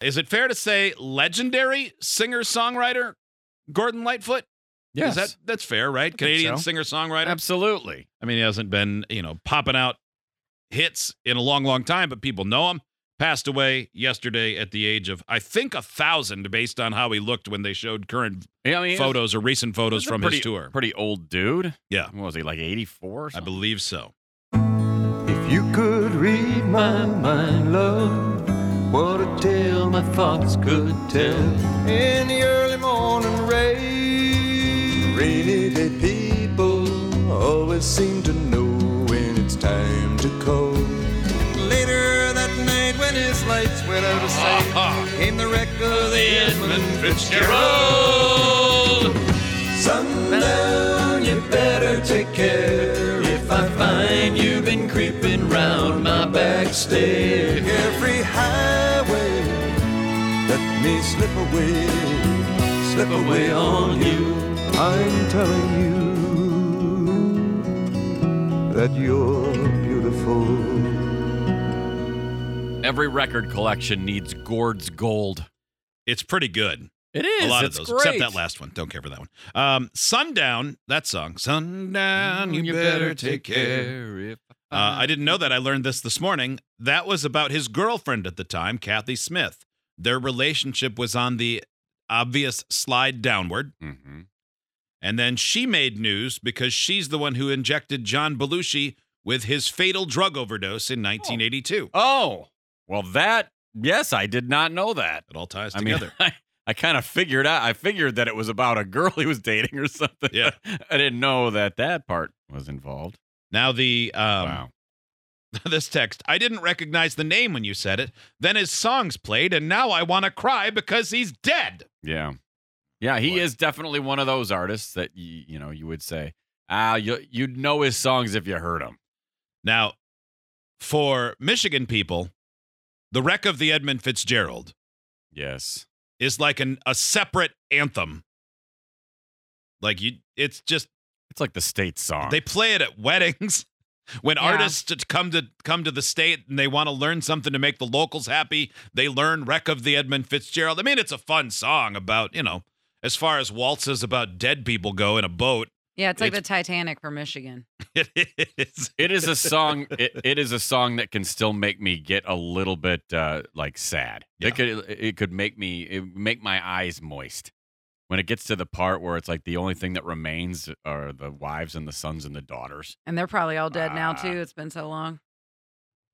Is it fair to say legendary singer songwriter Gordon Lightfoot? Is Yes. that that's fair, right? Canadian so. singer songwriter. Absolutely. I mean, he hasn't been, you know, popping out hits in a long, long time, but people know him. Passed away yesterday at the age of, I think, a thousand, based on how he looked when they showed current Yeah, I mean, he was- photos or recent he photos was a from pretty, his tour. Pretty old dude. Yeah. What was he, like 84 or I something? believe so. If you could read my mind, love, what a tale my thoughts could tell. In the early morning rain, rainy day people always seem to know when it's time to call. Later that night, when his lights went out of sight, came the wreck of the Edmund Fitzgerald. Sundown, you better take care. If I find you've been creeping round my back stair, every highway, let me slip away, slip away on you. I'm telling you that you're beautiful. Every record collection needs Gord's Gold. It's pretty good. It is. a lot it's of those, great. except that last one. Don't care for that one. Um, Sundown, that song. Sundown, Mm, Mm, you, better take care. If Uh, I didn't know that. I learned this this morning. That was about his girlfriend at the time, Kathy Smith. Their relationship was on the obvious slide downward. Mm-hmm. And then she made news because she's the one who injected John Belushi with his fatal drug overdose in 1982. Oh, well, that, yes, I did not know that. It all ties I mean, together. I, kind of figured out, I figured that it was about a girl he was dating or something. Yeah. I didn't know that that part was involved. now the um, wow. this text. I didn't recognize the name when you said it. Then his songs played, and now I want to cry because he's dead. Yeah. Yeah, he Boy. is definitely one of those artists that you, you know, you would say, ah, you you'd know his songs if you heard them. Now, for Michigan people, the wreck of the Edmund Fitzgerald Yes. is like an a separate anthem. Like you, it's just It's like the state song. They play it at weddings. When Yeah. artists t- come to come to the state and they want to learn something to make the locals happy, they learn "Wreck of the Edmund Fitzgerald." I mean, it's a fun song about you know, as far as waltzes about dead people go in a boat. Yeah, it's like It's- the Titanic for Michigan. It is. it is a song it, it is a song that can still make me get a little bit uh like sad Yeah. it could it could make me it would make my eyes moist when it gets to the part where it's like the only thing that remains are the wives and the sons and the daughters And they're probably all dead now, Ah. too. It's been so long.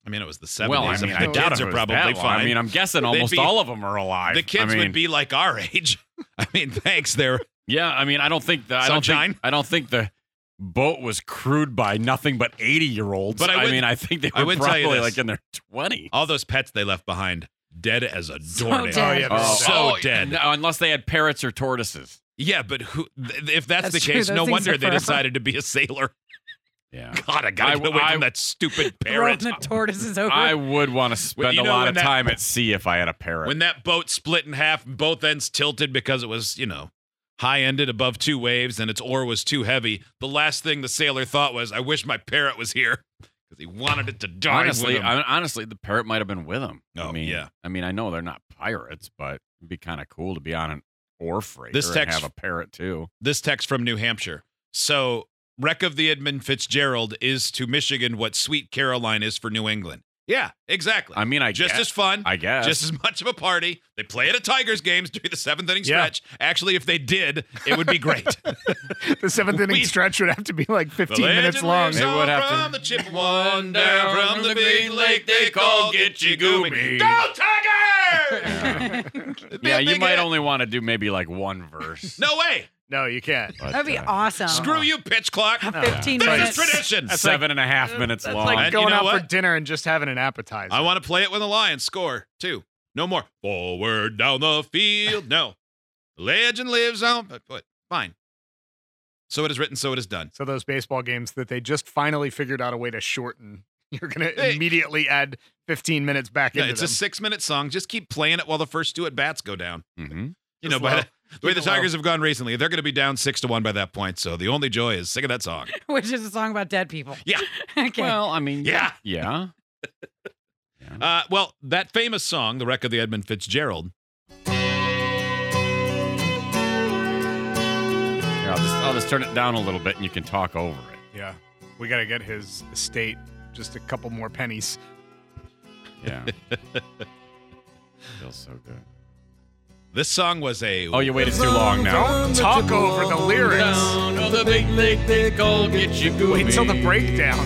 I mean, it was the seventies. well i mean i the doubt kids if are it was probably that long. fine. i mean i'm guessing They'd almost be- all of them are alive the kids I mean, would be like our age. I mean, thanks. They're yeah i mean i don't think the, i don't think, Sunshine? i don't think the boat was crewed by nothing but 80 year olds But I would- mean i think they I were would tell you this. probably Oh, like in their 20s all those pets they left behind, dead as a doornail. dead. Oh, yeah, Oh, so oh, dead. no, unless they had parrots or tortoises Yeah, but who? Th- if that's, That's the true, case, those no things wonder are they forever. decided to be a sailor. Yeah. God, I gotta I- get away I- from that stupid parrot. Throwing the tortoises over. I would want to spend you a know lot when of that- time at sea if I had a parrot. When that boat split in half, and both ends tilted because it was, you know, high ended above two waves and its oar was too heavy, the last thing the sailor thought was, I wish my parrot was here because he wanted it to die. honestly, with him. I mean, honestly, the parrot might have been with him. I Oh, mean, yeah. I mean, I know they're not pirates, but it'd be kind of cool to be on an oar freighter This text- and have a parrot too. this text from New Hampshire. So, Wreck of the Edmund Fitzgerald is to Michigan what Sweet Caroline is for New England. Yeah, exactly. I mean, I just guess, as fun. I guess. Just as much of a party. They play it at Tigers games during the seventh inning Yeah. stretch. Actually, if they did, it would be great. The seventh inning We- stretch would have to be like 15 legend minutes long. lives It would on have to- From the Chippewa and down from the big lake they call Gitchigumi. Go Tigers! It'd be yeah, a you big might hit. only want to do maybe like one verse. No way. No, you can't. But, That'd be uh, awesome. Screw you, pitch clock. Uh-huh. Fifteen This is Right. minutes. tradition. seven and a half minutes long. Like And going you know out for what? dinner and just having an appetizer. I want to play it when the Lions score, too. No more. Forward down the field. No. Legend lives on. But, but fine. So it is written, so it is done. so those baseball games that they just finally figured out a way to shorten. You're gonna Hey. immediately add 15 minutes back Yeah, into it's them. a six minute song. Just keep playing it while the first two at bats go down. mm-hmm. You know, Just by low. the, the way Keep the it low. Tigers have gone recently, they're going to be down six to one by that point. So the only joy is singing that song. Which is a song about dead people. Yeah. okay. Well, I mean, Yeah. yeah. Uh, well, that famous song, The Wreck of the Edmund Fitzgerald. Here, I'll just I'll just turn it down a little bit, and you can talk over it. yeah, we gotta get his estate just a couple more pennies. Yeah. Feels so good. This song was a. Oh, you waited too long now. Don't talk over the lyrics. Down on the big lake they call Gitchigumi. Wait till the breakdown.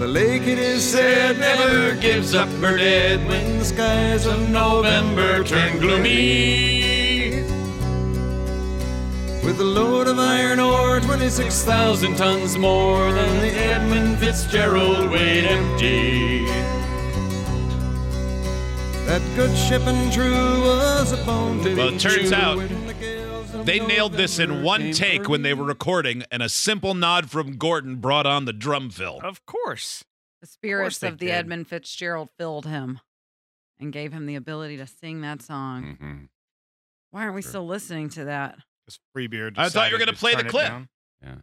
The lake it is said never gives up her dead when the skies of November turn gloomy. With the load of iron ore, 26,000 tons more than the Edmund Fitzgerald weighed empty. That good ship and true was a bone to Well, it turns chew out when the gales of They nailed this in November one came take when they were recording, and a simple nod from Gordon brought on the drum fill. Of course. the spirits they of, the did. Edmund Fitzgerald filled him and gave him the ability to sing that song. hmm Why aren't we Sure. still listening to that? Because Freebeard. I thought you were decided gonna play the turn it clip. down. Yeah.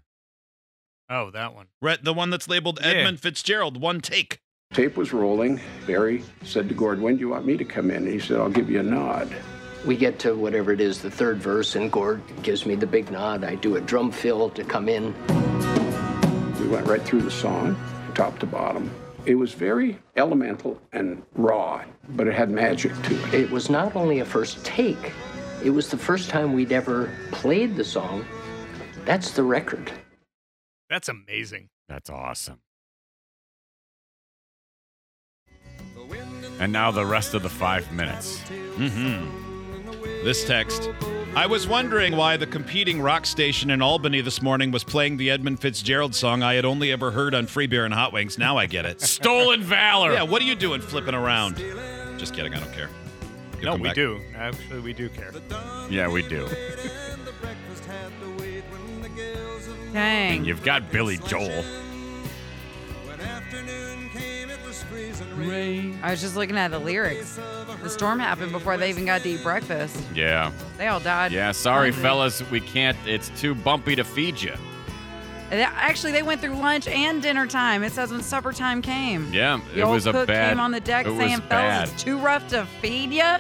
Oh, that one. Right, the one that's labeled Yeah. Edmund Fitzgerald, one take. Tape was rolling. Barry said to Gord, When do you want me to come in? And he said, I'll give you a nod. We get to whatever it is, the third verse, and Gord gives me the big nod. I do a drum fill to come in. We went right through the song, top to bottom. It was very elemental and raw, but it had magic to it. It was not only a first take, it was the first time we'd ever played the song. That's the record. That's amazing. That's awesome. And now the rest of the five minutes. This text. I was wondering why the competing rock station in Albany this morning was playing the Edmund Fitzgerald song I had only ever heard on Free Beer and Hot Wings. Now I get it. Stolen valor. yeah, what are you doing flipping around? Just kidding, I don't care. You'll no, come we back. do. Actually, we do care. Yeah, we do. Dang. And you've got Billy Joel. I was just looking at the lyrics. The storm happened before they even got to eat breakfast. Yeah. They all died. Yeah. Sorry, hungry. fellas, we can't. It's too bumpy to feed you. And they- Actually, they went through lunch and dinner time. It says when supper time came. Yeah, The it old was a cook bad- came on the deck it was saying, bad." "Fellas, it's too rough to feed you."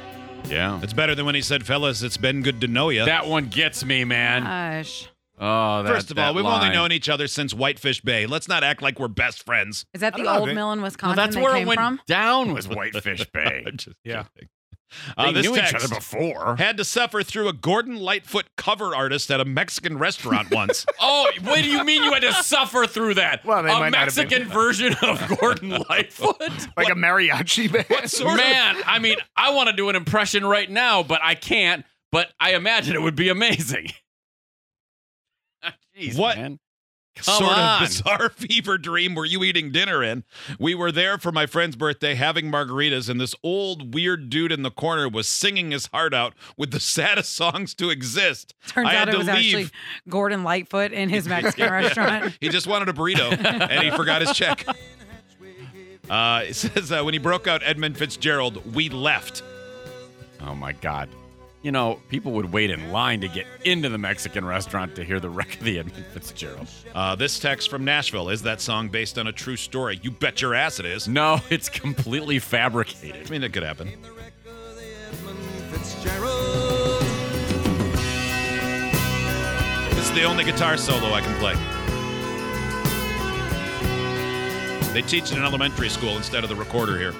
Yeah. It's better than when he said, fellas, it's been good to know you. That one gets me, Uh, man. Gosh, Oh, that, First of all, that we've line. only known each other since Whitefish Bay. Let's not act like we're best friends. is that I don't the know, old they- mill in Wisconsin Well, that's they where came it went from? down was Whitefish Bay. I'm just Yeah. kidding. they Uh, this knew text. each other before. Had to suffer through a Gordon Lightfoot cover artist at a Mexican restaurant once. Oh, what do you mean you had to suffer through that? Well, they a might not have been- Mexican version of Gordon Lightfoot? Like a mariachi band. Man, I mean, I want to do an impression right now, but I can't. But I imagine it would be amazing. Jeez, What man. Come sort on. of bizarre fever dream were you eating dinner in? We were there for my friend's birthday having margaritas, and this old weird dude in the corner was singing his heart out with the saddest songs to exist. Turns I had out it to was leave. actually Gordon Lightfoot in his Mexican restaurant. He just wanted a burrito and he forgot his check. Uh, it says uh, when he broke out Edmund Fitzgerald, we left. Oh my God. You know, people would wait in line to get into the Mexican restaurant to hear the wreck of the Edmund Fitzgerald. Uh, this text from Nashville is that song based on a true story? You bet your ass it is. No, it's completely I fabricated. mean, it could happen. Fitzgerald. This is the only guitar solo I can play. They teach it in elementary school instead of the recorder here.